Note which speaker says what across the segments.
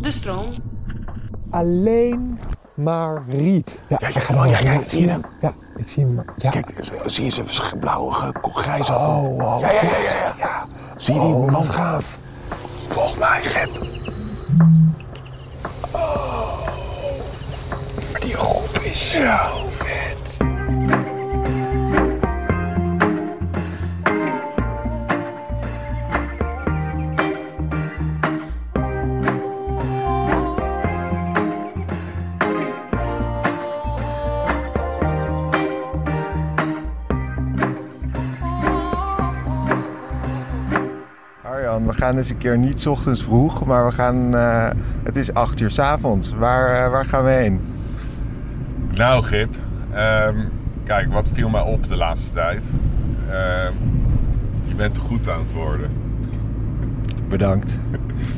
Speaker 1: de stroom.
Speaker 2: Alleen maar riet. Ja,
Speaker 3: Ja, ja, ja, ja, ja, zie je hem?
Speaker 2: ja ik zie hem. Ja.
Speaker 3: Kijk, zo- zie je zijn sch- blauwe, ge- ko- grijze
Speaker 2: Oh, oh,
Speaker 3: ja, ja, ja, ja, ja.
Speaker 2: ja.
Speaker 3: Zie je die
Speaker 2: oh,
Speaker 3: man?
Speaker 2: wat gaaf.
Speaker 3: Volgens mij, Gep.
Speaker 2: Oh.
Speaker 3: Maar die groep is zo vet.
Speaker 4: Arjan, we gaan eens een keer niet 's ochtends vroeg, maar we gaan. eh, het is acht uur 's avonds. Waar, eh, waar gaan we heen?
Speaker 5: Nou, Gip. ehm, kijk, wat viel mij op de laatste tijd? Ehm, je bent te goed aan het worden.
Speaker 4: Bedankt.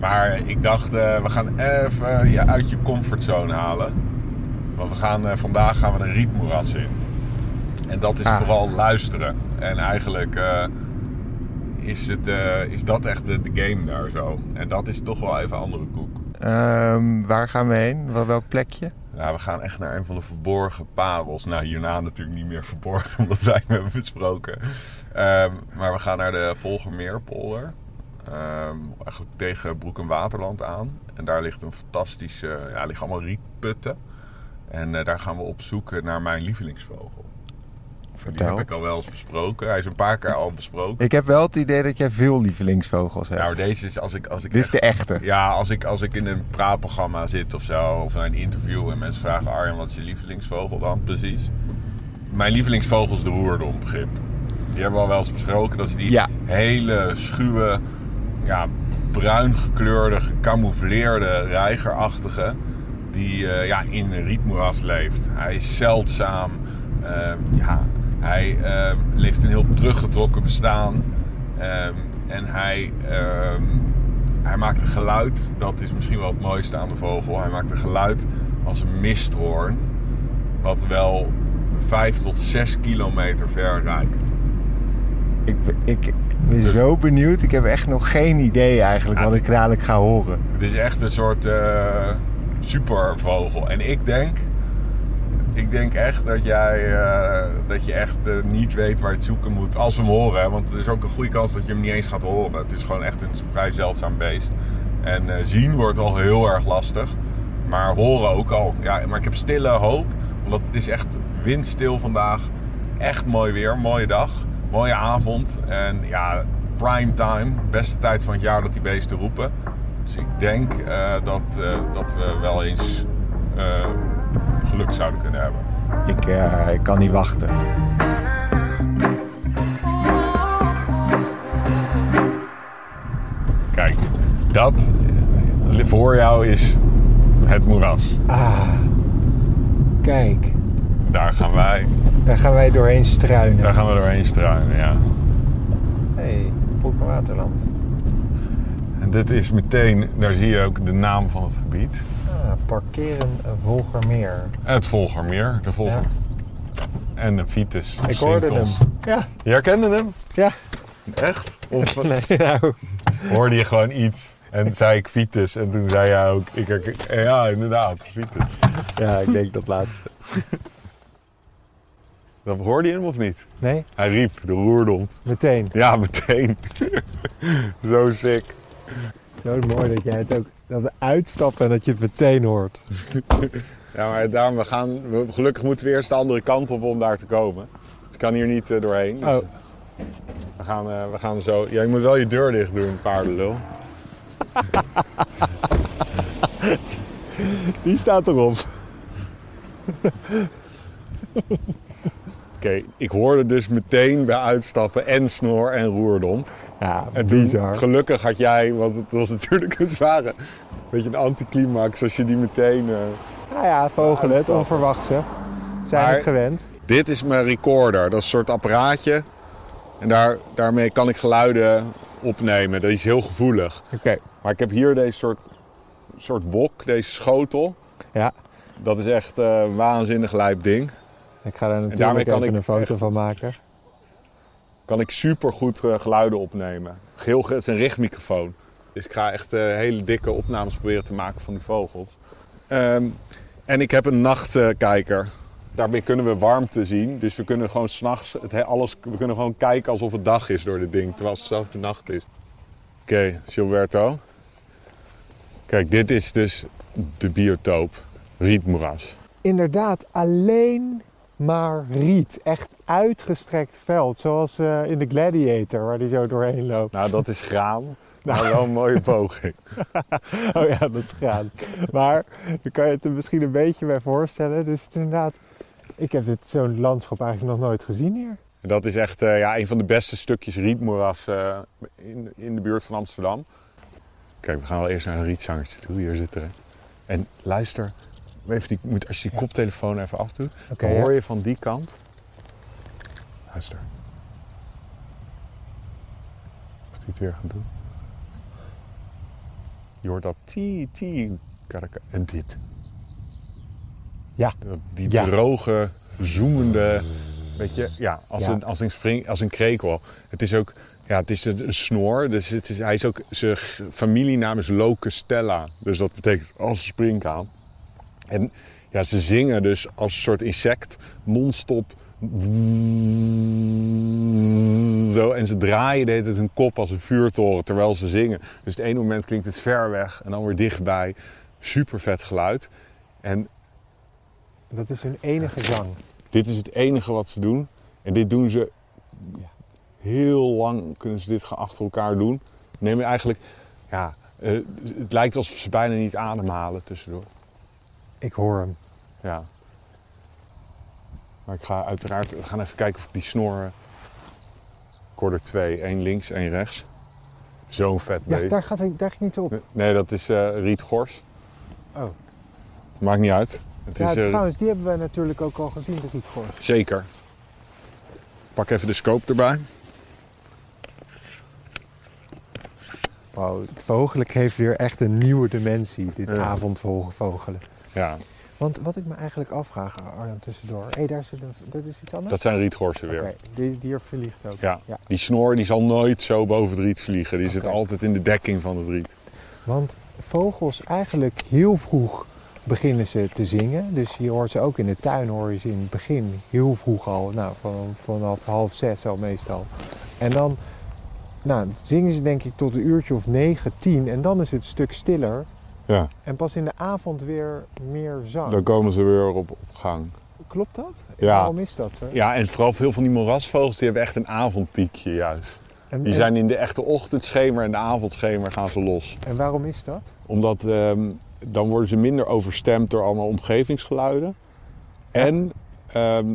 Speaker 5: Maar ik dacht, eh, we gaan even je uit je comfortzone halen. Want we gaan, eh, vandaag gaan we een rietmoeras in. En dat is
Speaker 4: Ah.
Speaker 5: vooral luisteren. En eigenlijk eh, is, het, eh, is dat echt de, de game daar zo. En dat is toch wel even andere koek.
Speaker 4: Ehm, waar gaan we heen? Wel, welk plekje?
Speaker 5: Ja, we gaan echt naar een van de verborgen parels. Nou, hierna natuurlijk niet meer verborgen, omdat wij hem hebben besproken. Ehm, maar we gaan naar de Volgermeerpolder. Ehm eigenlijk tegen Broek en Waterland aan. En daar ligt een fantastische... Ja, er liggen allemaal rietputten. En eh, daar gaan we op zoek naar mijn lievelingsvogel. Die
Speaker 4: Vertel.
Speaker 5: heb ik al wel eens besproken. Hij is een paar keer al besproken.
Speaker 4: Ik heb wel het idee dat jij veel lievelingsvogels hebt.
Speaker 5: Nou, deze is als ik... Als ik
Speaker 4: Dit is
Speaker 5: echt-
Speaker 4: de echte.
Speaker 5: ja, als ik, als ik in een praatprogramma zit of zo, of in een interview en mensen vragen: Arjen, wat is je lievelingsvogel dan precies? Mijn lievelingsvogel is de roerdombegrip. Die hebben we al wel eens besproken. Dat is die
Speaker 4: Ja.
Speaker 5: hele schuwe, ja, bruin gekleurde, gecamoufleerde, reigerachtige. Die eh, ja, in een rietmoeras leeft. Hij is zeldzaam. ehm, ja, hij ehm, leeft een heel teruggetrokken bestaan. Ehm, en hij, ehm, hij maakt een geluid. Dat is misschien wel het mooiste aan de vogel. Hij maakt een geluid als een misthoorn. Wat wel 5 tot 6 kilometer ver reikt.
Speaker 4: Ik, ik ben zo benieuwd. Ik heb echt nog geen idee eigenlijk wat ik dadelijk ga horen.
Speaker 5: Het is echt een soort eh, supervogel. En ik denk, ik denk echt dat jij eh, dat je echt eh, niet weet waar je het zoeken moet als we hem horen. hè. Want er is ook een goede kans dat je hem niet eens gaat horen. Het is gewoon echt een vrij zeldzaam beest. En eh, zien wordt al heel erg lastig. Maar horen ook al. Ja, maar ik heb stille hoop. Omdat het is echt windstil vandaag. Echt mooi weer. Mooie dag. Mooie avond. En ja, prime time. Beste tijd van het jaar dat die beesten roepen. Dus ik denk eh, dat, eh, dat we wel eens eh, geluk zouden kunnen hebben.
Speaker 4: Ik, eh, ik kan niet wachten.
Speaker 5: Kijk, dat voor jou is het moeras.
Speaker 2: Ah, kijk.
Speaker 5: Daar gaan wij,
Speaker 2: Daar gaan wij doorheen struinen.
Speaker 5: daar gaan we doorheen struinen, ja.
Speaker 4: Hey, Broek en Waterland.
Speaker 5: En dit is meteen, daar zie je ook de naam van het gebied.
Speaker 2: Ah, parkeren eh, Volgermeer.
Speaker 5: Het Volgermeer, de Volger. En de Vitus.
Speaker 2: Ik hoorde hem. Ja,
Speaker 5: Je herkende hem?
Speaker 2: ja.
Speaker 5: Echt? Of
Speaker 2: Nee, nou.
Speaker 5: hoorde je gewoon iets? En zei ik Vitus. En toen zei jij ook, ik herken... Ja, inderdaad, Vitus.
Speaker 4: Ja, ik denk dat laatste.
Speaker 5: Dan hoorde je hem of niet?
Speaker 2: Nee,
Speaker 5: Hij riep, de roerdom.
Speaker 2: meteen.
Speaker 5: Ja, meteen. Zo sick.
Speaker 2: Zo mooi dat jij het ook dat we uitstappen en dat je het meteen hoort.
Speaker 5: Ja, maar daarom, we gaan, we- gelukkig moeten we eerst de andere kant op om daar te komen. Dus ik kan hier niet eh, doorheen. Dus
Speaker 2: Oh,
Speaker 5: we, gaan, eh, we gaan zo... Ja, je moet wel je deur dicht doen, paardenlul.
Speaker 2: die staat erop.
Speaker 5: Oké, ik hoorde dus meteen bij uitstappen en snor en roerdomp.
Speaker 2: Ja,
Speaker 5: En toen,
Speaker 2: bizar.
Speaker 5: gelukkig had jij, want het was natuurlijk een zware... Beetje een anticlimax als je die meteen... eh,
Speaker 2: Nou ja, vogelen, het onverwachte. Zijn
Speaker 5: Maar-
Speaker 2: het gewend.
Speaker 5: Dit is mijn recorder. Dat is een soort apparaatje. En daar, daarmee kan ik geluiden opnemen. Dat is heel gevoelig.
Speaker 2: Oké,
Speaker 5: Maar ik heb hier deze soort, soort wok, deze schotel.
Speaker 2: ja.
Speaker 5: Dat is echt eh, een waanzinnig lijp ding.
Speaker 2: Ik ga daar
Speaker 5: daarmee
Speaker 2: natuurlijk
Speaker 5: kan
Speaker 2: even
Speaker 5: ik
Speaker 2: een foto
Speaker 5: echt-
Speaker 2: van maken.
Speaker 5: eh, Kan ik supergoed goed geluiden opnemen. Geel, het is een richtmicrofoon. Dus ik ga echt eh, hele dikke opnames proberen te maken van die vogels. Ehm, en ik heb een nachtkijker. Daarmee kunnen we warmte zien. Dus we kunnen gewoon s'nachts alles. We kunnen gewoon kijken alsof het dag is door dit ding. Terwijl het zelfs de nacht is. Oké, Gilberto. Kijk, dit is dus de biotoop. Rietmoeras.
Speaker 2: Inderdaad, alleen maar riet. Echt uitgestrekt veld. Zoals eh, in de Gladiator, waar die zo doorheen loopt.
Speaker 5: Nou, dat is graam. Maar wel een mooie poging.
Speaker 2: Oh ja, dat is gaan. Maar dan kan je het er misschien een beetje bij voorstellen. Dus het is inderdaad, ik heb dit zo'n landschap eigenlijk nog nooit gezien hier.
Speaker 5: En Dat is echt eh, ja, een van de beste stukjes rietmoeras eh, in, in de buurt van Amsterdam. Kijk, we gaan wel eerst naar een rietzangertje toe. Hier zitten er. En luister, even die, moet, als je die koptelefoon even afdoet,
Speaker 2: Oké,
Speaker 5: dan
Speaker 2: ja.
Speaker 5: hoor je van die kant. Luister. Of die het weer gaat doen. Je hoort dat ti ti karaka- en dit.
Speaker 2: Ja.
Speaker 5: Dat- Die
Speaker 2: Ja.
Speaker 5: droge, zoemende, weet je, ja, als,
Speaker 2: Ja.
Speaker 5: Een, als, een spring, als een krekel. Het is ook, ja, het is een, een snor, dus het is, hij is ook, zijn g- familienaam is Locustella. Dus dat betekent als een springkaan. En ja, ze zingen dus als een soort insect, non-stop. Zo, en ze draaien deed het hun kop als een vuurtoren terwijl ze zingen. Dus het ene moment klinkt het ver weg en dan weer dichtbij. Super vet geluid. En
Speaker 2: Dat is hun enige zang.
Speaker 5: dit is het enige wat ze doen. En dit doen ze heel lang, kunnen ze dit gaan achter elkaar doen. Neem je eigenlijk, ja, eh, het lijkt alsof ze bijna niet ademhalen tussendoor.
Speaker 2: Ik hoor hem.
Speaker 5: Ja. Maar ik ga uiteraard, we gaan even kijken of ik die snoren. Ik hoor er twee, één links, één rechts. Zo'n vet
Speaker 2: Ja,
Speaker 5: beest.
Speaker 2: daar, gaat, hij- daar ging niet op.
Speaker 5: Nee, dat is eh, Riet Gors.
Speaker 2: Oh.
Speaker 5: Maakt niet uit. Het
Speaker 2: Ja,
Speaker 5: is, eh,
Speaker 2: trouwens, die hebben wij natuurlijk ook al gezien, de rietgors.
Speaker 5: Zeker. Pak even de scope erbij.
Speaker 2: Wow, het vogelijk heeft weer echt een nieuwe dimensie, dit
Speaker 5: Ja.
Speaker 2: avondvogelen.
Speaker 5: Ja,
Speaker 2: Want wat ik me eigenlijk afvraag, Arjan, tussendoor. Hé, daar zit een, dat is iets anders?
Speaker 5: dat zijn rietgorsen weer.
Speaker 2: Oké, die dier verliegt ook.
Speaker 5: Ja.
Speaker 2: Ja.
Speaker 5: Die snor die zal nooit zo boven het riet vliegen. Die zit
Speaker 2: Oké.
Speaker 5: altijd in de dekking van het riet.
Speaker 2: Want vogels eigenlijk heel vroeg beginnen ze te zingen. Dus je hoort ze ook in de tuin, hoor je ze in het begin heel vroeg al. Nou, van, vanaf half zes al meestal. En dan nou, zingen ze denk ik tot een uurtje of negen, tien. En dan is het een stuk stiller.
Speaker 5: Ja,
Speaker 2: En pas in de avond weer meer zang.
Speaker 5: dan komen ze weer op, op gang.
Speaker 2: Klopt dat?
Speaker 5: Ja.
Speaker 2: Waarom is dat? Hè?
Speaker 5: Ja, en vooral veel van die morasvogels die hebben echt een avondpiekje juist.
Speaker 2: En,
Speaker 5: Die
Speaker 2: en-
Speaker 5: zijn in de echte ochtendschemer en de avondschemer gaan ze los.
Speaker 2: en waarom is dat?
Speaker 5: Omdat ehm, dan worden ze minder overstemd door allemaal omgevingsgeluiden. En ehm,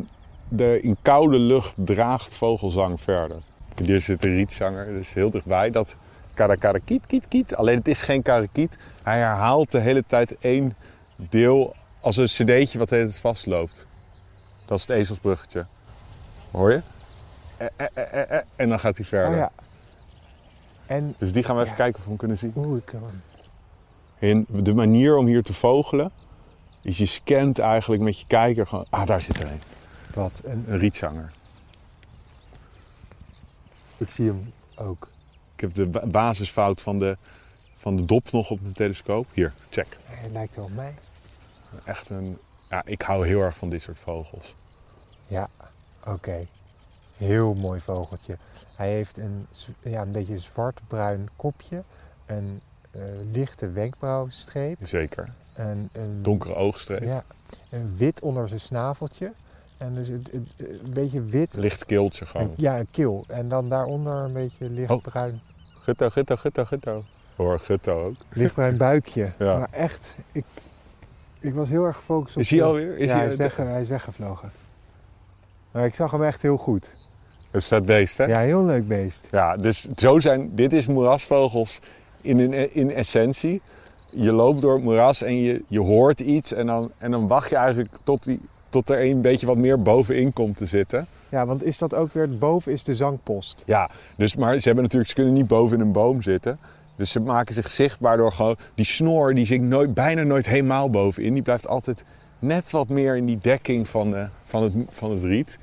Speaker 5: de in koude lucht draagt vogelzang verder. En Hier zit de rietzanger, dus heel dichtbij. Dat karakarakiet, kiet, kiet. Alleen het is geen karakiet. Hij herhaalt de hele tijd één deel als een cd'tje wat de hele tijd vastloopt. Dat is het ezelsbruggetje. Hoor je? Eh, eh, eh, eh, eh. En dan gaat hij verder.
Speaker 2: Oh ja. En,
Speaker 5: Dus die gaan we even
Speaker 2: Ja.
Speaker 5: kijken of we hem kunnen zien.
Speaker 2: oeh, ik kan
Speaker 5: En de manier om hier te vogelen is je scant eigenlijk met je kijker gewoon... Ah, daar zit er een.
Speaker 2: Wat een...
Speaker 5: Een rietzanger.
Speaker 2: Ik zie hem ook.
Speaker 5: Ik heb de ba- basisfout van de, van de dop nog op mijn telescoop. Hier, check.
Speaker 2: Hij lijkt wel op mij.
Speaker 5: Echt een... Ja, ik hou heel erg van dit soort vogels.
Speaker 2: Ja, oké. Heel mooi vogeltje. Hij heeft een, z- ja, een beetje zwart-bruin kopje, een eh, lichte wenkbrauwstreep,
Speaker 5: Zeker.
Speaker 2: een, een,
Speaker 5: Donkere oogstreep.
Speaker 2: ja, een wit onder zijn snaveltje en dus het- het- een beetje wit.
Speaker 5: Licht keeltje
Speaker 2: en-
Speaker 5: gewoon.
Speaker 2: ja, een keel. En dan daaronder een beetje
Speaker 5: Oh.
Speaker 2: lichtbruin,
Speaker 5: Gutto, gutto, gutto, gutto. Hoor, gutto ook.
Speaker 2: lichtbruin buikje.
Speaker 5: Ja.
Speaker 2: Maar echt, ik, ik was heel erg gefocust op...
Speaker 5: Is hij
Speaker 2: de-
Speaker 5: alweer? Is
Speaker 2: ja,
Speaker 5: hij,
Speaker 2: hij, is weg, hij is weggevlogen. Maar ik zag hem echt heel goed.
Speaker 5: Het is vet beest, hè?
Speaker 2: Ja, heel leuk beest.
Speaker 5: Ja, dus zo zijn, dit is moerasvogels in, in, in essentie. Je loopt door het moeras en je, je hoort iets en dan, en dan wacht je eigenlijk tot, die, tot er een beetje wat meer bovenin komt te zitten.
Speaker 2: Ja, want is dat ook weer, boven is de zangpost.
Speaker 5: Ja, dus, maar ze, hebben natuurlijk, ze kunnen niet boven in een boom zitten. Dus ze maken zich zichtbaar door gewoon... Die snor, die zingt nooit, bijna nooit helemaal bovenin. Die blijft altijd net wat meer in die dekking van, eh, van, het, van het riet.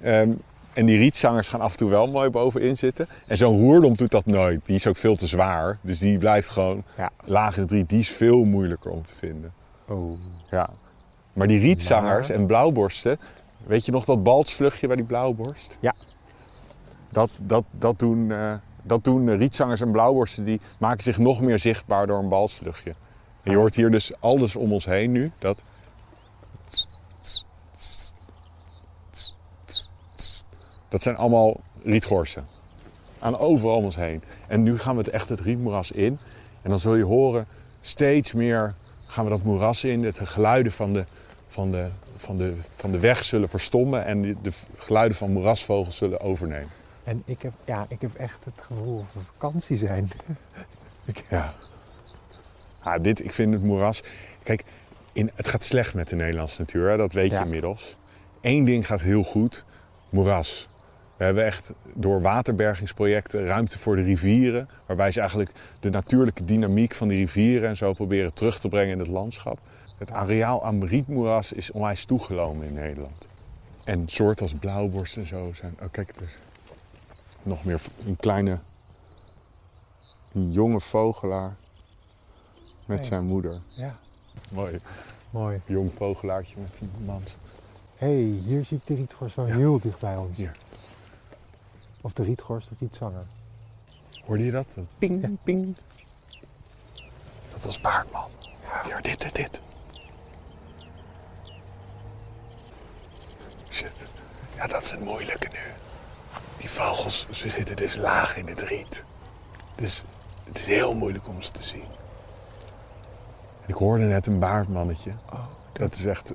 Speaker 5: Ehm, En die rietzangers gaan af en toe wel mooi bovenin zitten. En zo'n roerdom doet dat nooit. Die is ook veel te zwaar. Dus die blijft gewoon
Speaker 2: Ja.
Speaker 5: laag in het riet. Die is veel moeilijker om te vinden.
Speaker 2: Oh.
Speaker 5: Ja. Maar die rietzangers en blauwborsten. Weet je nog dat baltsvluchtje bij die blauwborst?
Speaker 2: Ja.
Speaker 5: Dat, dat, dat doen, eh, dat doen eh, rietzangers en blauwborsten. Die maken zich nog meer zichtbaar door een baltsvluchtje. En je hoort hier dus alles om ons heen nu. Dat Dat zijn allemaal rietgorsen. Aan overal om ons heen. En nu gaan we het echt het rietmoeras in. En dan zul je horen, steeds meer gaan we dat moeras in. De geluiden van de, van de, van de, van de weg zullen verstommen. En de, de geluiden van moerasvogels zullen overnemen.
Speaker 2: En ik heb, ja, ik heb echt het gevoel dat we vakantie zijn.
Speaker 5: Ja. Ah, dit, ik vind het moeras... Kijk, in, het gaat slecht met de Nederlandse natuur. Hè? Dat weet
Speaker 2: Ja.
Speaker 5: je inmiddels. Eén ding gaat heel goed. Moeras. We hebben echt door waterbergingsprojecten ruimte voor de rivieren. Waarbij ze eigenlijk de natuurlijke dynamiek van die rivieren en zo proberen terug te brengen in het landschap. Het areaal aan rietmoeras is onwijs toegenomen in Nederland. En soorten als blauwborst en zo zijn... Oh, kijk, er is nog meer v- een kleine een jonge vogelaar met
Speaker 2: Nee.
Speaker 5: zijn moeder.
Speaker 2: Ja,
Speaker 5: Mooi,
Speaker 2: mooi.
Speaker 5: jong vogelaartje met die mand.
Speaker 2: Hé, hey, hier zie ik de rietgors wel heel dicht bij ons.
Speaker 5: Hier.
Speaker 2: Of de rietgors, de rietzanger.
Speaker 5: Hoorde je dat? Dat Ping, ping. Dat was Baartman. Hier, dit, dit, dit. Shit. Ja, dat is het moeilijke nu. Die vogels, ze zitten dus laag in het riet. Dus het is heel moeilijk om ze te zien. Ik hoorde net een baardmannetje. dat is echt...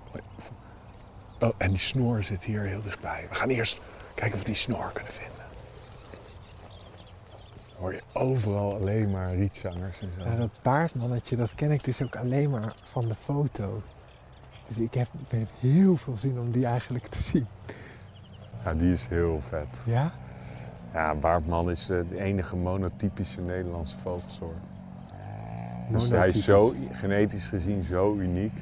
Speaker 5: Oh, en die snor zit hier heel dichtbij. We gaan eerst kijken of we die snor kunnen vinden. Dan hoor je overal alleen maar rietzangers en zo.
Speaker 2: Ja, dat paardmannetje, dat ken ik dus ook alleen maar van de foto. Dus ik heb, ik heb heel veel zin om die eigenlijk te zien.
Speaker 5: Ja, die is heel vet.
Speaker 2: Ja?
Speaker 5: Ja, baardman is eh, de enige monotypische Nederlandse vogelsoort. Dus hij
Speaker 2: Monotypisch.
Speaker 5: is zo, genetisch gezien zo uniek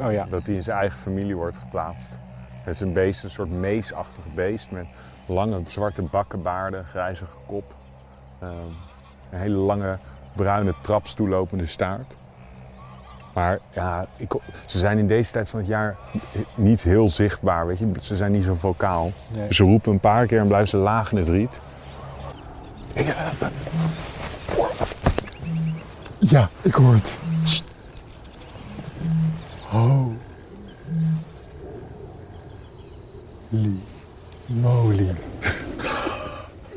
Speaker 2: Oh ja.
Speaker 5: dat hij in zijn eigen familie wordt geplaatst. Het is een beest, een soort meesachtig beest met lange zwarte bakkenbaarden, grijzige kop. ehm, een hele lange bruine traps toelopende staart. Maar ja, ik, ze zijn in deze tijd van het jaar niet heel zichtbaar, weet je. Ze zijn niet zo vocaal.
Speaker 2: Nee.
Speaker 5: Ze roepen een paar keer en blijven ze laag in het riet. Ik, eh,
Speaker 2: Ja, ik hoor het. Oh. Lie. Moly.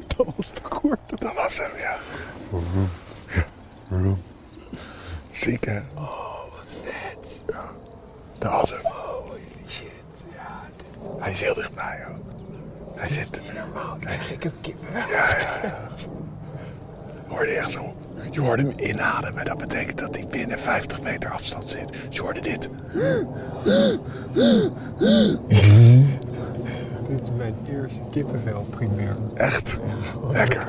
Speaker 2: Dat was de koord.
Speaker 3: Dat was hem, ja. Ziek, hè? Oh, wat vet.
Speaker 5: daar was hem.
Speaker 3: Holy shit. Ja, dit... Hij is heel dichtbij ook. Hij zit niet normaal. Krijg ik een kippenvel. Ja. Hoorde je echt zo. Je hoorde hem inademen. Dat betekent dat hij binnen 50 meter afstand zit. Dus je hoorde dit.
Speaker 2: Dit is mijn eerste kippenvel primair.
Speaker 3: Echt. Lekker.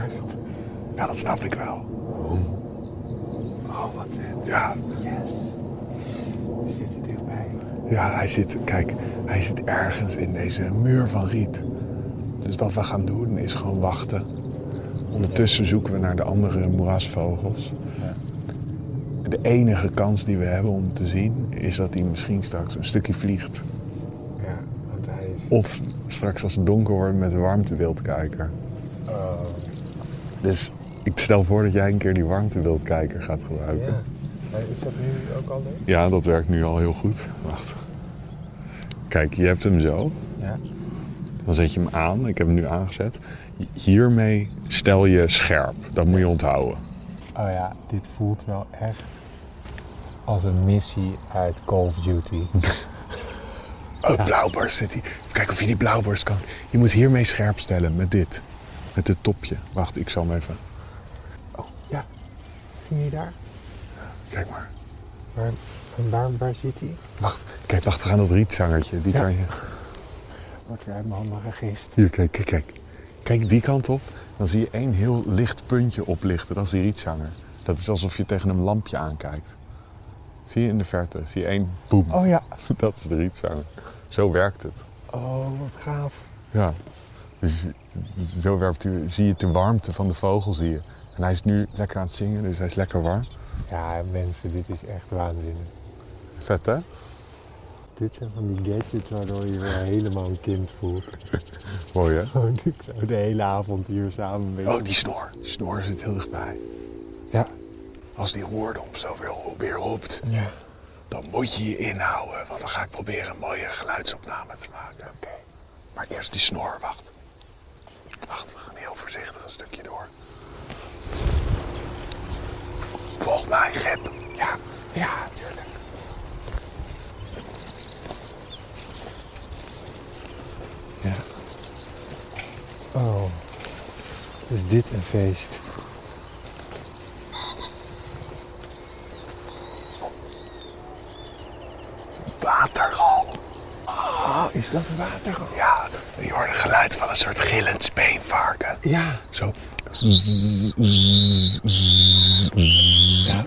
Speaker 3: Ja, dat snap ik wel.
Speaker 2: Oh, wat vet.
Speaker 3: Ja,
Speaker 2: Yes. We zitten dichtbij.
Speaker 3: ja hij zit, kijk, hij zit ergens in deze muur van riet.
Speaker 5: Dus wat we gaan doen is gewoon wachten. Ondertussen zoeken we naar de andere moerasvogels. De enige kans die we hebben om te zien is dat hij misschien straks een stukje vliegt.
Speaker 2: Ja, want hij is...
Speaker 5: Of straks als het donker wordt met een warmtewildkijker. Dus ik stel voor dat jij een keer die warmtewildkijker gaat gebruiken.
Speaker 2: Ja. Hij- Is dat nu ook al leuk?
Speaker 5: Ja, dat werkt nu al heel goed. Wacht. Kijk, je hebt hem zo.
Speaker 2: Ja.
Speaker 5: Dan zet je hem aan. Ik heb hem nu aangezet. Hiermee stel je scherp. Dat moet je onthouden.
Speaker 2: Oh ja, dit voelt wel echt als een missie uit Call of Duty.
Speaker 5: Oh, blauwborst zit hier. Even kijken of je die blauwborst kan. Je moet hiermee scherp stellen. Met dit. Met dit topje. Wacht, ik zal hem even...
Speaker 2: Ja. Ging je daar?
Speaker 5: Kijk maar.
Speaker 2: Waar, en waar, waar zit hij?
Speaker 5: Wacht. Kijk, wacht. We gaan dat rietzangertje. Die
Speaker 2: Ja.
Speaker 5: kan je...
Speaker 2: Wordt weer uit mijn handen gegist.
Speaker 5: Hier, kijk, kijk, kijk. Kijk die kant op. Dan zie je één heel licht puntje oplichten. Dat is die rietzanger. Dat is alsof je tegen een lampje aankijkt. Zie je in de verte? Zie je één boem.
Speaker 2: Oh ja.
Speaker 5: Dat is de rietzanger. Zo werkt het.
Speaker 2: Oh, wat gaaf.
Speaker 5: Ja.
Speaker 1: Dus zo werpt u, zie je de warmte van de vogel, zie je. En hij is nu lekker aan het zingen, dus hij is lekker warm.
Speaker 2: Ja, mensen, dit is echt waanzinnig.
Speaker 1: Vet, hè?
Speaker 2: Dit zijn van die gadgets waardoor je je weer helemaal een kind voelt.
Speaker 1: Mooi, hè?
Speaker 2: Gewoon ik zou de hele avond hier samen mee.
Speaker 3: Oh, die snor. Die snor zit heel dichtbij.
Speaker 2: Ja.
Speaker 3: Als die roerdom zo weer, weer roept,
Speaker 2: ja.
Speaker 3: dan moet je je inhouden. Want dan ga ik proberen een mooie geluidsopname te maken. Oké. Maar eerst die snor, wacht. Wacht, we gaan heel voorzichtig een stukje door. Volgens mij, Gep. Ja, ja, tuurlijk.
Speaker 2: Oh, is
Speaker 3: Dus
Speaker 2: dit een feest?
Speaker 3: Watergal.
Speaker 2: Oh, is dat water?
Speaker 3: Ja, je hoort het geluid van een soort gillend speenvarken.
Speaker 2: Ja.
Speaker 3: Zo. Ja.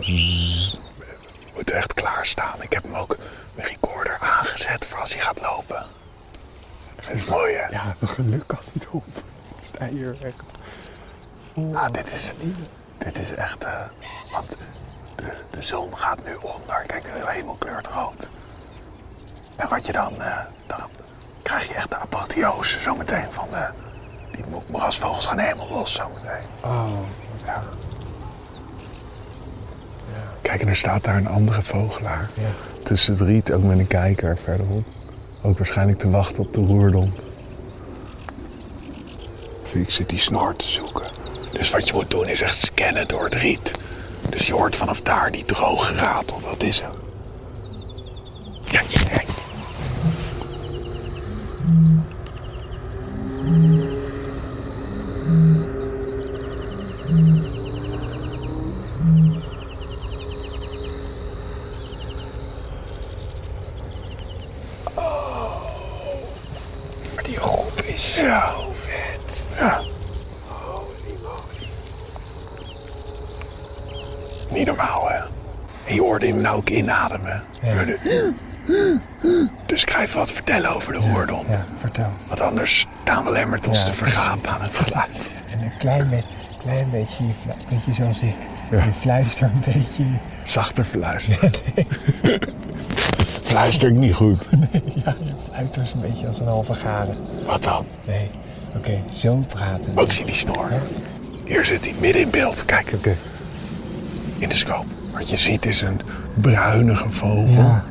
Speaker 3: We moeten echt klaarstaan. Ik heb hem ook mijn recorder aangezet voor als hij gaat lopen. Dat is mooi, hè?
Speaker 2: Ja, mijn geluk kan niet op. Ik sta hier echt.
Speaker 3: Ah, dit is, dit is echt... eh, want de, de zon gaat nu onder. Kijk, de hemel kleurt rood. En wat je dan... eh, dan krijg je echt de apotheose zometeen van de... Die mo- moerasvogels gaan helemaal los zometeen.
Speaker 2: Oh,
Speaker 3: Ja. Kijk, en er staat daar een andere vogelaar.
Speaker 2: ja.
Speaker 3: Tussen het riet, ook met een kijker verderop. Ook waarschijnlijk te wachten op de roerdom. Ik zit die snor te zoeken. Dus wat je moet doen is echt scannen door het riet. Dus je hoort vanaf daar die droge ratel. Dat is hem. Ja, ja, ja. Maar die groep is zo vet. Ja. Holy moly. Niet normaal, hè? En je hoorde hem nou ook inademen. Je hoorde- Dus ik ga even wat vertellen over de roerdom.
Speaker 2: Ja, vertel.
Speaker 3: Want anders staan we alleen maar tot ons
Speaker 2: Ja,
Speaker 3: te vergapen aan het geluid.
Speaker 2: En een klein, be- klein beetje, je flu- beetje zoals ik. Je fluister een beetje.
Speaker 3: Zachter fluisteren. Fluister ik niet goed.
Speaker 2: Ja, je fluister is een beetje als een halve gade.
Speaker 3: Wat dan?
Speaker 2: Nee, oké, zo praten.
Speaker 3: Ook zie die snor. Hier zit hij midden in beeld. Kijk. In de scope. Wat je ziet is een bruinige vogel.
Speaker 2: Ja,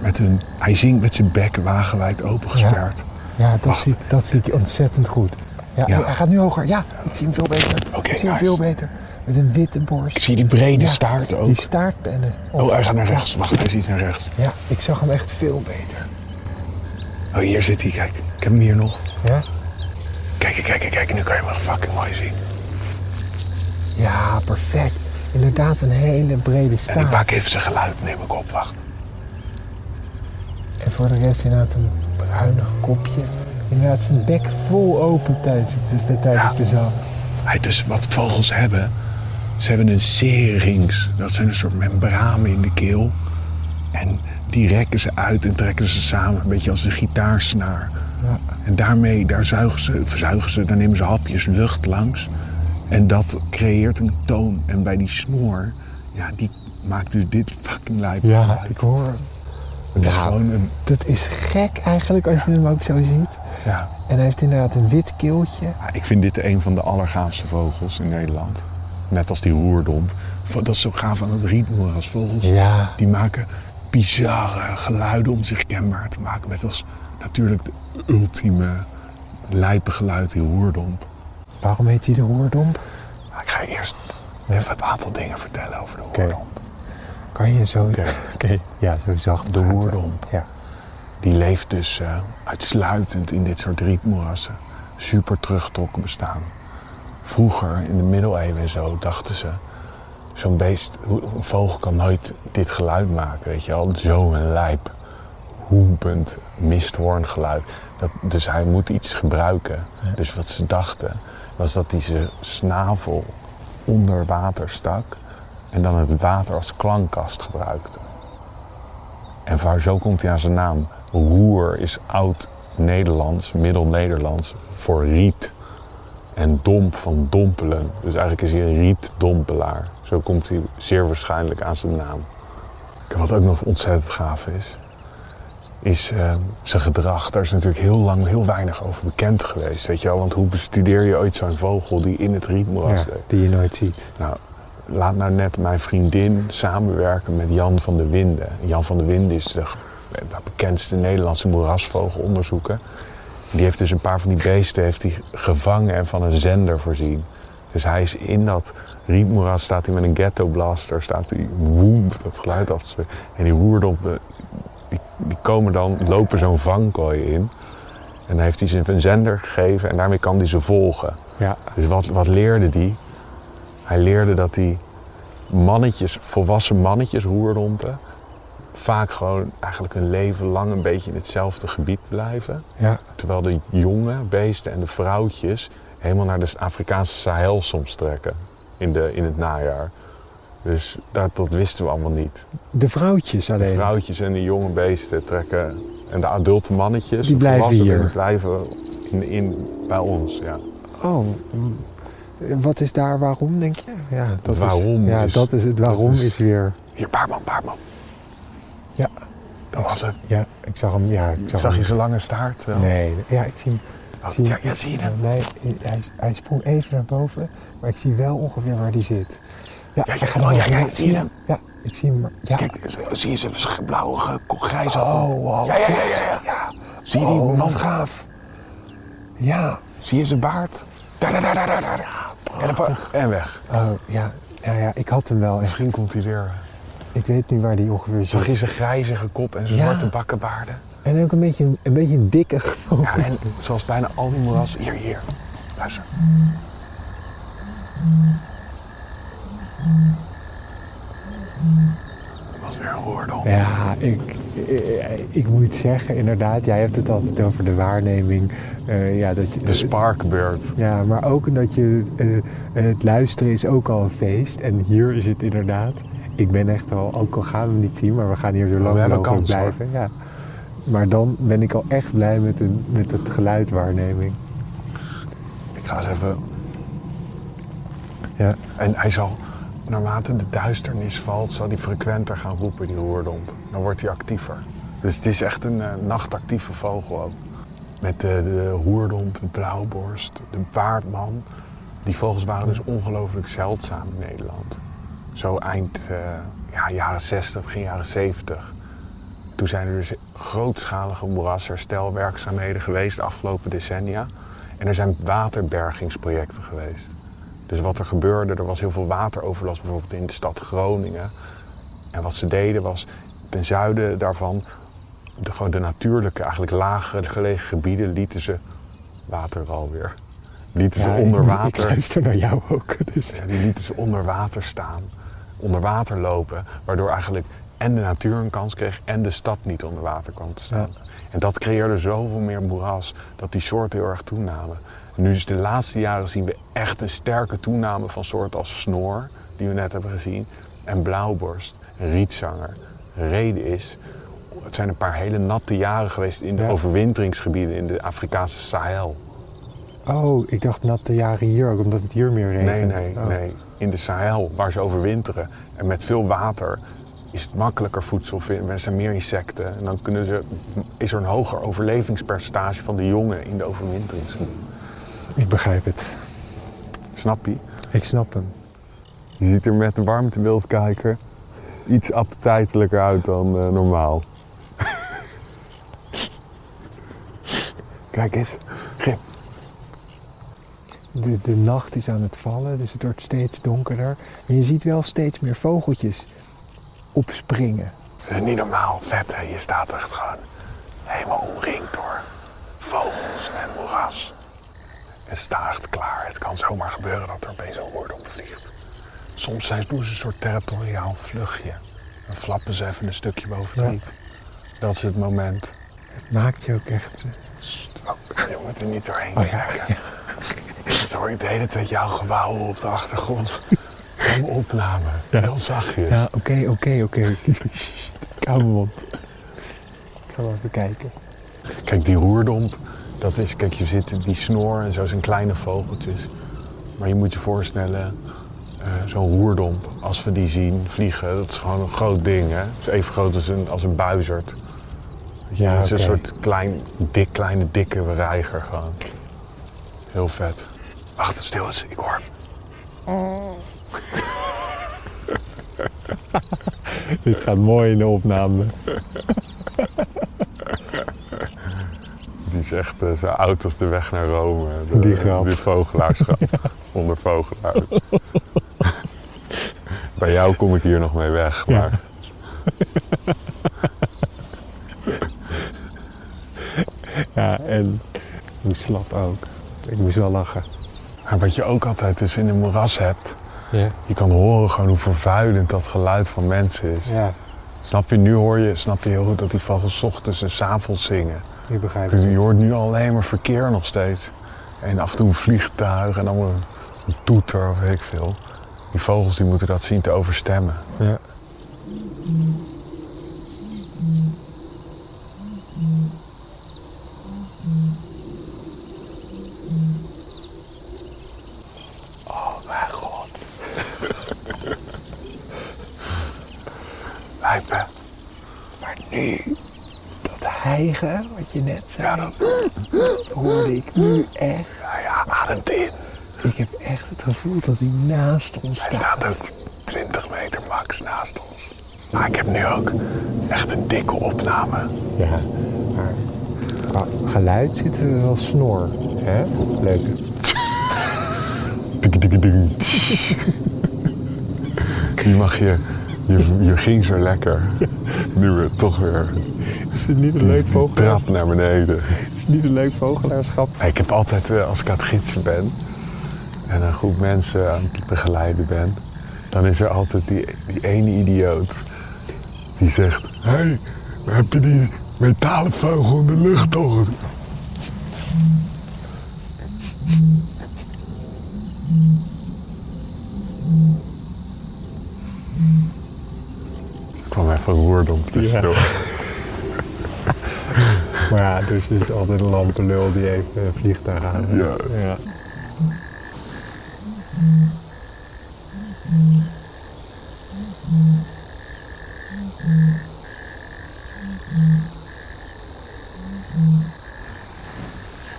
Speaker 3: Met een, hij zingt met zijn bek wagenwijd opengesperd.
Speaker 2: ja dat,
Speaker 3: Wacht.
Speaker 2: zie, ik- dat zie ik ontzettend goed. Ja,
Speaker 3: Ja.
Speaker 2: oh, hij gaat nu hoger. Ja, ik zie hem veel beter.
Speaker 3: Oké,
Speaker 2: ik zie hem
Speaker 3: nice.
Speaker 2: veel beter. Met een witte borst.
Speaker 3: Ik zie die brede
Speaker 2: Ja,
Speaker 3: staart ook.
Speaker 2: Die staartpennen.
Speaker 3: Oh, hij gaat naar rechts. Wacht, hij ziet naar rechts.
Speaker 2: Ja, ik zag hem echt veel beter.
Speaker 3: Oh, hier zit hij. Kijk, ik heb hem hier nog.
Speaker 2: Ja,
Speaker 3: Kijk, kijk, kijk, kijk. Nu kan je hem echt fucking mooi zien.
Speaker 2: ja perfect. Inderdaad, een hele brede
Speaker 3: En ik
Speaker 2: staart.
Speaker 3: maak even zijn geluid. Neem ik op. Wacht.
Speaker 2: En voor de rest inderdaad een bruinig kopje. Inderdaad, zijn bek vol open tijdens, het, eh, tijdens
Speaker 3: Ja.
Speaker 2: de zang.
Speaker 3: Hij, dus wat vogels hebben, ze hebben een serings. Dat zijn een soort membranen in de keel. En die rekken ze uit en trekken ze samen, een beetje als een gitaarsnaar. En daarmee, daar zuigen ze, verzuigen ze, daar nemen ze hapjes lucht langs. En dat creëert een toon. En bij die snor, ja, die maakt dus dit fucking lijp.
Speaker 2: Ja, ik hoor hem.
Speaker 3: Het is gewoon een,
Speaker 2: Dat is gek eigenlijk als je hem ook zo ziet.
Speaker 3: ja.
Speaker 2: En hij heeft inderdaad een wit keeltje.
Speaker 3: Ja, Ik vind dit een van de allergaafste vogels in Nederland. Net als die roerdomp. Dat is zo gaaf aan het rietmoer als vogels.
Speaker 2: Ja.
Speaker 3: Die maken bizarre geluiden om zich kenbaar te maken. Met als natuurlijk de ultieme lijpe geluid, die roerdomp.
Speaker 2: Waarom heet hij de hoordomp?
Speaker 3: Maar Nou, ik ga eerst even een aantal dingen vertellen over de roerdomp.
Speaker 2: Kan je zo... Oké. Ja, zo zacht De
Speaker 3: hoordomp.
Speaker 2: Ja.
Speaker 3: Die leeft dus eh, uitsluitend in dit soort rietmoerassen. Super teruggetrokken bestaan. Vroeger, in de middeleeuwen en zo, dachten ze... Zo'n beest, hoe- een vogel kan nooit dit geluid maken, weet je wel. Zo'n lijp, hoepend misthoorngeluid. Dat, dus hij moet iets gebruiken. Dus wat ze dachten, was dat hij zijn snavel onder water stak... en dan het water als klankkast gebruikte. En waar, zo komt hij aan zijn naam. Roer is oud
Speaker 5: Nederlands, middel-Nederlands voor riet. En domp van dompelen. Dus eigenlijk is hij een rietdompelaar. Zo komt hij zeer waarschijnlijk aan zijn naam. Wat ook nog ontzettend gaaf is, is eh, zijn gedrag. Daar is natuurlijk heel lang heel weinig over bekend geweest. Weet je wel? Want hoe bestudeer je ooit zo'n vogel die in het rietmoeras
Speaker 2: Ja,
Speaker 5: leeft?
Speaker 2: die je nooit ziet.
Speaker 5: Nou, laat nou net mijn vriendin samenwerken met Jan van der Winden. Jan van der Winden is de g- de bekendste Nederlandse moerasvogelonderzoeker. Die heeft dus een paar van die beesten heeft hij gevangen en van een zender voorzien. Dus hij is in dat rietmoeras, staat hij met een ghetto blaster, staat hij woem, dat geluid af te spelen. En die roerdop, eh, die, die komen dan, lopen zo'n vangkooi in. En dan heeft hij ze een zender gegeven en daarmee kan hij ze volgen.
Speaker 2: Ja,
Speaker 5: Dus wat, wat leerde die? Hij leerde dat die mannetjes, volwassen mannetjes, roerdompen, vaak gewoon eigenlijk hun leven lang een beetje in hetzelfde gebied blijven.
Speaker 2: ja,
Speaker 5: Terwijl de jonge beesten en de vrouwtjes helemaal naar de Afrikaanse Sahel soms trekken in, de, in het najaar. Dus dat, dat wisten we allemaal niet.
Speaker 2: de vrouwtjes alleen.
Speaker 5: Vrouwtjes en de jonge beesten trekken. En de adulte mannetjes,
Speaker 2: Die
Speaker 5: de
Speaker 2: blijven
Speaker 5: volwassenen,
Speaker 2: hier.
Speaker 5: Die blijven in, in, bij ons. Ja.
Speaker 2: Oh, mm, wat is daar waarom, denk je? Ja, dat is-
Speaker 5: waarom
Speaker 2: ja,
Speaker 5: is-
Speaker 2: dat is het waarom
Speaker 5: dat
Speaker 2: is,
Speaker 5: is-
Speaker 2: weer.
Speaker 5: Hier, baarman, baarman.
Speaker 2: Ja,
Speaker 5: Dat was het.
Speaker 2: ja, ik zag hem. Ja, ik zag,
Speaker 5: Zag
Speaker 2: hem.
Speaker 5: je zijn lange staart? eh?
Speaker 2: Nee, ja, ik zie hem. ik zie
Speaker 5: ja,
Speaker 2: hem-
Speaker 5: ja, zie je hem?
Speaker 2: Nee, hij, hij sprong even naar boven, maar ik zie wel ongeveer waar hij zit. Ja,
Speaker 5: ja,
Speaker 2: hij gaat
Speaker 5: oh,
Speaker 2: naar boven.
Speaker 5: ja, ja,
Speaker 2: ik
Speaker 5: zie je
Speaker 2: Ja, ik zie hem. Ja.
Speaker 5: Kijk, zie je zijn blauwe, ge- grijze
Speaker 2: oh, wow.
Speaker 5: Ja, ja, ja, ja, ja. Zie je die
Speaker 2: Oh, wat
Speaker 5: man?
Speaker 2: gaaf. Ja,
Speaker 5: Zie je zijn baard? Daar, daar, daar, daar, daar, daar. En, dan- en weg.
Speaker 2: oh, ja. Nou ja, ik had hem wel. echt.
Speaker 5: Misschien komt hij weer.
Speaker 2: eh, Ik weet nu waar hij ongeveer
Speaker 5: Zag je
Speaker 2: zit.
Speaker 5: zijn grijzige kop en zijn
Speaker 2: Ja.
Speaker 5: zwarte bakkenbaarden?
Speaker 2: En ook een beetje een, beetje een dikke gevoel.
Speaker 5: Ja, en zoals bijna al die moeras. Hier, hier. Luister. Dat was weer een roerdom.
Speaker 2: Ja, ik, eh, ik moet zeggen, inderdaad, jij hebt het altijd over de waarneming. eh, ja, dat je,
Speaker 5: De sparkbeurt.
Speaker 2: Ja, maar ook dat je eh, het luisteren is ook al een feest. En hier is het inderdaad. Ik ben echt al, ook al gaan we hem niet zien, maar we gaan hier zo lang
Speaker 5: hebben
Speaker 2: mogelijk
Speaker 5: kans, hoor.
Speaker 2: blijven. Ja. Maar dan ben ik al echt blij met, de, met het geluidwaarneming.
Speaker 5: Ik ga eens even
Speaker 2: Ja.
Speaker 5: En hij zal, naarmate de duisternis valt, zal hij frequenter gaan roepen, die roerdomp. Dan wordt hij actiever. Dus het is echt een eh, nachtactieve vogel ook. Met de, de roerdomp, de blauwborst, de paardman. Die vogels waren dus ongelooflijk zeldzaam in Nederland. Zo eind eh, ja, jaren 60, begin jaren 70. Toen zijn er dus grootschalige moerasherstelwerkzaamheden geweest de afgelopen decennia. En er zijn waterbergingsprojecten geweest. Dus wat er gebeurde, er was heel veel wateroverlast bijvoorbeeld in de stad Groningen. En wat ze deden was ten zuiden daarvan, de, gewoon de natuurlijke, eigenlijk lager gelegen gebieden, lieten ze waterral weer. Lieten
Speaker 2: Ja,
Speaker 5: ze onder
Speaker 2: Ik
Speaker 5: water.
Speaker 2: luister naar jou ook. Dus.
Speaker 5: Ja, die lieten ze onder water staan, onder water lopen, waardoor eigenlijk en de natuur een kans kreeg en de stad niet onder water kwam te staan. En dat creëerde zoveel meer moeras dat die soorten heel erg toenamen. En nu is de laatste jaren zien we echt een sterke toename van soorten als snor, die we net hebben gezien, en blauwborst, en rietzanger. De reden is, het zijn een paar hele natte jaren geweest in de
Speaker 2: Ja.
Speaker 5: overwinteringsgebieden in de Afrikaanse Sahel.
Speaker 2: Oh, ik dacht natte jaren hier ook, omdat het hier meer
Speaker 5: Nee,
Speaker 2: regent.
Speaker 5: nee,
Speaker 2: Oh.
Speaker 5: nee. In de Sahel, waar ze overwinteren. En met veel water is het makkelijker voedsel vinden. Er zijn meer insecten. En dan kunnen ze, is er een hoger overlevingspercentage van de jongen in de overwinteringsgebied.
Speaker 2: Ik begrijp het.
Speaker 5: Snap je?
Speaker 2: Ik snap hem.
Speaker 5: Je ziet er met een warmtebeeldkijker iets appetijtelijker uit dan eh, normaal. Kijk eens. Grip.
Speaker 2: De, de nacht is aan het vallen, dus het wordt steeds donkerder. En je ziet wel steeds meer vogeltjes opspringen.
Speaker 5: Het is Eh, niet normaal vet, hè? Je staat echt gewoon helemaal omringd door vogels en moeras. En staart klaar. Het kan zomaar gebeuren dat er opeens een woord opvliegt. Soms zijn doen ze een soort territoriaal vluchtje. Dan flappen ze even een stukje boven het
Speaker 2: Ja.
Speaker 5: riet. Dat is het moment.
Speaker 2: Maakt je ook echt... eh,
Speaker 5: Oh, je moet er niet doorheen kijken. Dan hoor ik de hele tijd jouw gewauw op de achtergrond. Een opname. Heel zachtjes.
Speaker 2: Ja, oké, oké, oké. Ik hou mijn mond. Ik ga wel even kijken.
Speaker 3: Kijk, die roerdomp, dat is, kijk, je zit die snor en zo zijn kleine vogeltjes. Maar je moet je voorstellen, eh, zo'n roerdomp, als we die zien vliegen, dat is gewoon een groot ding, hè? Het is even groot als een, als een buizerd. Ja,
Speaker 2: Ja,
Speaker 3: het is
Speaker 2: oké.
Speaker 3: een soort klein, dik, kleine, dikke reiger gewoon. Heel vet. Wacht, stil eens, ik hoor hem.
Speaker 2: Oh. Dit gaat mooi in de opname.
Speaker 3: Die is echt eh, zo oud als de weg naar Rome. De,
Speaker 2: Die grap.
Speaker 3: De vogelaarschap. Onder vogelaar. Bij jou kom ik hier nog mee weg.
Speaker 2: Ja.
Speaker 3: Maar
Speaker 2: Ja, en hoe slap ook. Ik moest wel lachen.
Speaker 3: Maar wat je ook altijd dus in een moeras hebt,
Speaker 2: Ja.
Speaker 3: je kan horen gewoon hoe vervuilend dat geluid van mensen is.
Speaker 2: Ja,
Speaker 3: Snap je, nu hoor je, snap je heel goed dat die vogels 's ochtends en 's avonds zingen.
Speaker 2: ik begrijp
Speaker 3: Dus
Speaker 2: het.
Speaker 3: je hoort nu alleen maar verkeer nog steeds. En af en toe een vliegtuig en allemaal een toeter of weet ik veel. Die vogels die moeten dat zien te overstemmen.
Speaker 2: Ja.
Speaker 3: Oh, Mijn god. Lijpen. Maar nu.
Speaker 6: Dat hijgen, wat je net zei, dat hoorde ik nu echt.
Speaker 3: Ja, ja, ademt in.
Speaker 6: Ik heb echt het gevoel dat hij naast ons
Speaker 3: Hij
Speaker 6: staat.
Speaker 3: staat ook 20 meter max naast ons. Maar ik heb nu ook echt een dikke opname.
Speaker 2: Ja, maar qua geluid zitten we wel snor. Hè? Leuk.
Speaker 3: Tik, tik, tik. Die mag je, je. Je ging zo lekker. Nu weer toch weer.
Speaker 2: Is het niet een leuk
Speaker 3: die Trap naar beneden.
Speaker 2: Is het niet een leuk vogelaarschap?
Speaker 3: Ik heb altijd, eh, als ik aan het gidsen ben en een groep mensen aan het begeleiden ben, dan is er altijd die, die ene idioot die zegt: Hé, hey, heb je die metalen vogel in de lucht toch? gezien?" Er kwam even een roerdom tussendoor.
Speaker 2: Maar ja, dus er is altijd een lampenlul die even eh, vliegtuig aan.
Speaker 3: Ja.
Speaker 2: ja.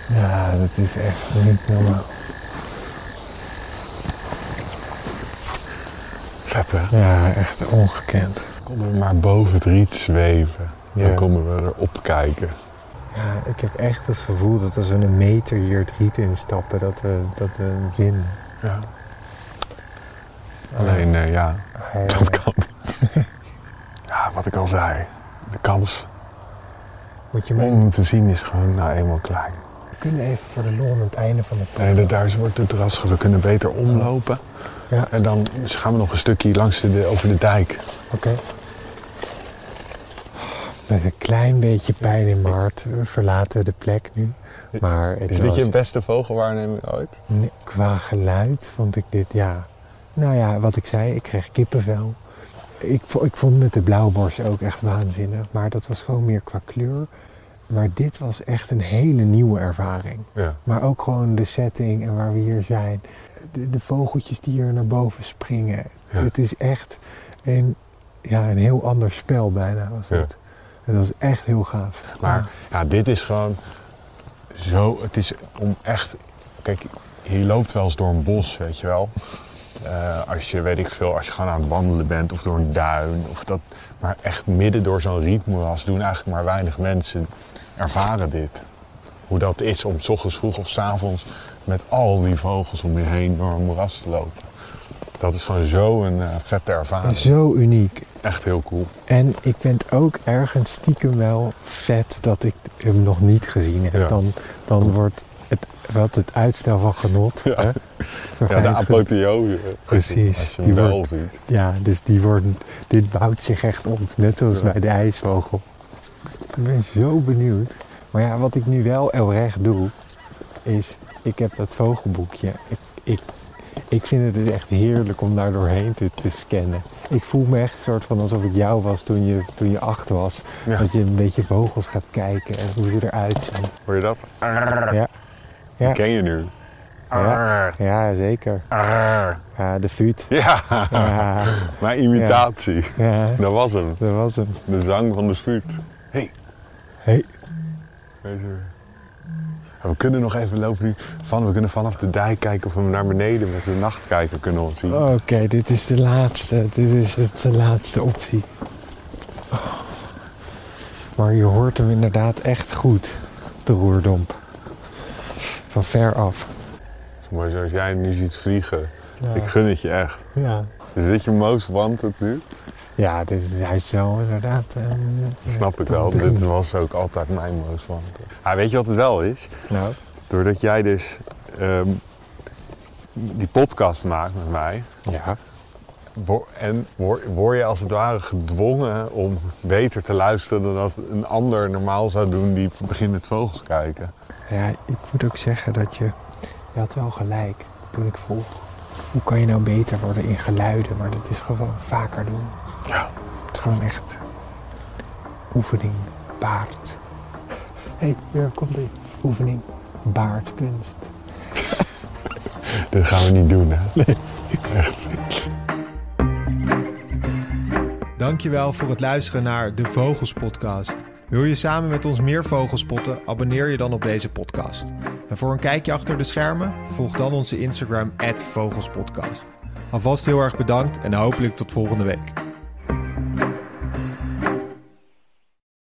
Speaker 2: Ja, dat is echt niet normaal.
Speaker 3: Vet, hè?
Speaker 2: Ja, echt ongekend.
Speaker 3: Konden we maar boven het riet zweven.
Speaker 2: Ja.
Speaker 3: Dan konden we erop kijken.
Speaker 2: Ja, ik heb echt het gevoel dat als we een meter hier het riet instappen, dat we, dat we hem vinden.
Speaker 3: Ja. Alleen, eh, ja,
Speaker 2: Hij-
Speaker 3: dat kan niet. ja, wat ik al zei. De kans
Speaker 2: Moet je
Speaker 3: om
Speaker 2: mij
Speaker 3: hem te zien is gewoon nou eenmaal klein.
Speaker 2: We kunnen even voor de lol aan het einde van de
Speaker 3: Nee, de- daar wordt het terras. We kunnen beter omlopen.
Speaker 2: Ja.
Speaker 3: En dan gaan we nog een stukje langs de, over de dijk.
Speaker 2: Oké. Met een klein beetje pijn in mijn hart eh, verlaten we de plek nu. Maar het was
Speaker 3: beste vogelwaarneming ooit?
Speaker 2: Nee, qua geluid vond ik dit, ja. Nou ja, wat ik zei, ik kreeg kippenvel. Ik, vo- ik vond met de blauwborst ook echt waanzinnig. Maar dat was gewoon meer qua kleur. Maar dit was echt een hele nieuwe ervaring.
Speaker 3: Ja.
Speaker 2: Maar ook gewoon de setting en waar we hier zijn. De, de vogeltjes die hier naar boven springen.
Speaker 3: Ja.
Speaker 2: Het is echt een, ja, een heel ander spel bijna was
Speaker 3: Ja.
Speaker 2: het. Het was echt heel gaaf.
Speaker 3: Maar ja, dit is gewoon zo. Het is om echt. Kijk, je loopt wel eens door een bos, weet je wel. Eh, als je, weet ik veel, als je gewoon aan het wandelen bent of door een duin. Of dat, maar echt midden door zo'n rietmoeras doen eigenlijk maar weinig mensen ervaren dit. Hoe dat is om 's ochtends vroeg of 's avonds met al die vogels om je heen door een moeras te lopen. Dat is gewoon zo'n eh, vette ervaring.
Speaker 2: Zo uniek.
Speaker 3: Echt heel cool.
Speaker 2: En ik vind het ook ergens stiekem wel vet dat ik hem nog niet gezien heb.
Speaker 3: Ja.
Speaker 2: Dan, dan wordt het, wat het uitstel van genot.
Speaker 3: Ja.
Speaker 2: Hè?
Speaker 3: Ja, de
Speaker 2: verfijnd ge-
Speaker 3: apotheose.
Speaker 2: Precies,
Speaker 3: Als je
Speaker 2: die
Speaker 3: hem wel
Speaker 2: wordt-
Speaker 3: ziet.
Speaker 2: ja, dus die worden, dit bouwt zich echt op. Net zoals bij de ijsvogel. Ik ben zo benieuwd. Maar ja, wat ik nu wel oprecht doe, is ik heb dat vogelboekje. Ik, ik, Ik vind het dus echt heerlijk om daar doorheen te, te scannen. Ik voel me echt een soort van alsof ik jou was toen je, toen je acht was.
Speaker 5: Ja.
Speaker 2: Dat je een beetje vogels gaat kijken en hoe ze eruit zien.
Speaker 5: Hoor je dat? Arrrr.
Speaker 2: Ja,
Speaker 5: Die ken je nu.
Speaker 2: ja,
Speaker 5: Arrrr.
Speaker 2: ja zeker.
Speaker 5: Arrrr.
Speaker 2: Ja, de vuut.
Speaker 5: Ja,
Speaker 2: Ja,
Speaker 5: mijn imitatie.
Speaker 2: ja,
Speaker 5: Dat was hem.
Speaker 2: dat was hem.
Speaker 5: De zang van de spuut. Hey.
Speaker 2: Hey.
Speaker 5: Deze- Ja, We kunnen nog even lopen nu van. We kunnen vanaf de dijk kijken of we naar beneden met de nachtkijker kunnen ons zien.
Speaker 2: Oké, dit is de laatste. Dit is het- de laatste optie. Oh. Maar je hoort hem inderdaad echt goed, de roerdomp. Van ver af.
Speaker 5: Maar zoals jij hem nu ziet vliegen,
Speaker 2: Ja.
Speaker 5: ik gun het je echt.
Speaker 2: Ja,
Speaker 5: Is dit je most wanted nu?
Speaker 2: ja dit is, hij is wel inderdaad... ehm,
Speaker 5: Snap ik wel.
Speaker 2: te
Speaker 5: Dit
Speaker 2: zien.
Speaker 5: was ook altijd mijn most wanted. Ah, weet je wat het wel is?
Speaker 2: Nou,
Speaker 5: Doordat jij dus ehm, die podcast maakt met mij,
Speaker 2: ja.
Speaker 5: wo- en wor- word je als het ware gedwongen om beter te luisteren dan dat een ander normaal zou doen die begint met vogels kijken.
Speaker 2: Ja, ik moet ook zeggen dat je... Je had wel gelijk toen ik vroeg... Hoe kan je nou beter worden in geluiden? Maar dat is gewoon vaker doen.
Speaker 5: Ja.
Speaker 2: Het is gewoon echt oefening baard. Hé, hey, weer komt die. Oefening baardkunst.
Speaker 5: Dat gaan we niet doen, hè?
Speaker 4: Dankjewel voor het luisteren naar de Vogels Podcast. Wil je samen met ons meer vogels spotten? Abonneer je dan op deze podcast. En voor een kijkje achter de schermen, volg dan onze Instagram @vogelspodcast. Alvast heel erg bedankt en hopelijk tot volgende week.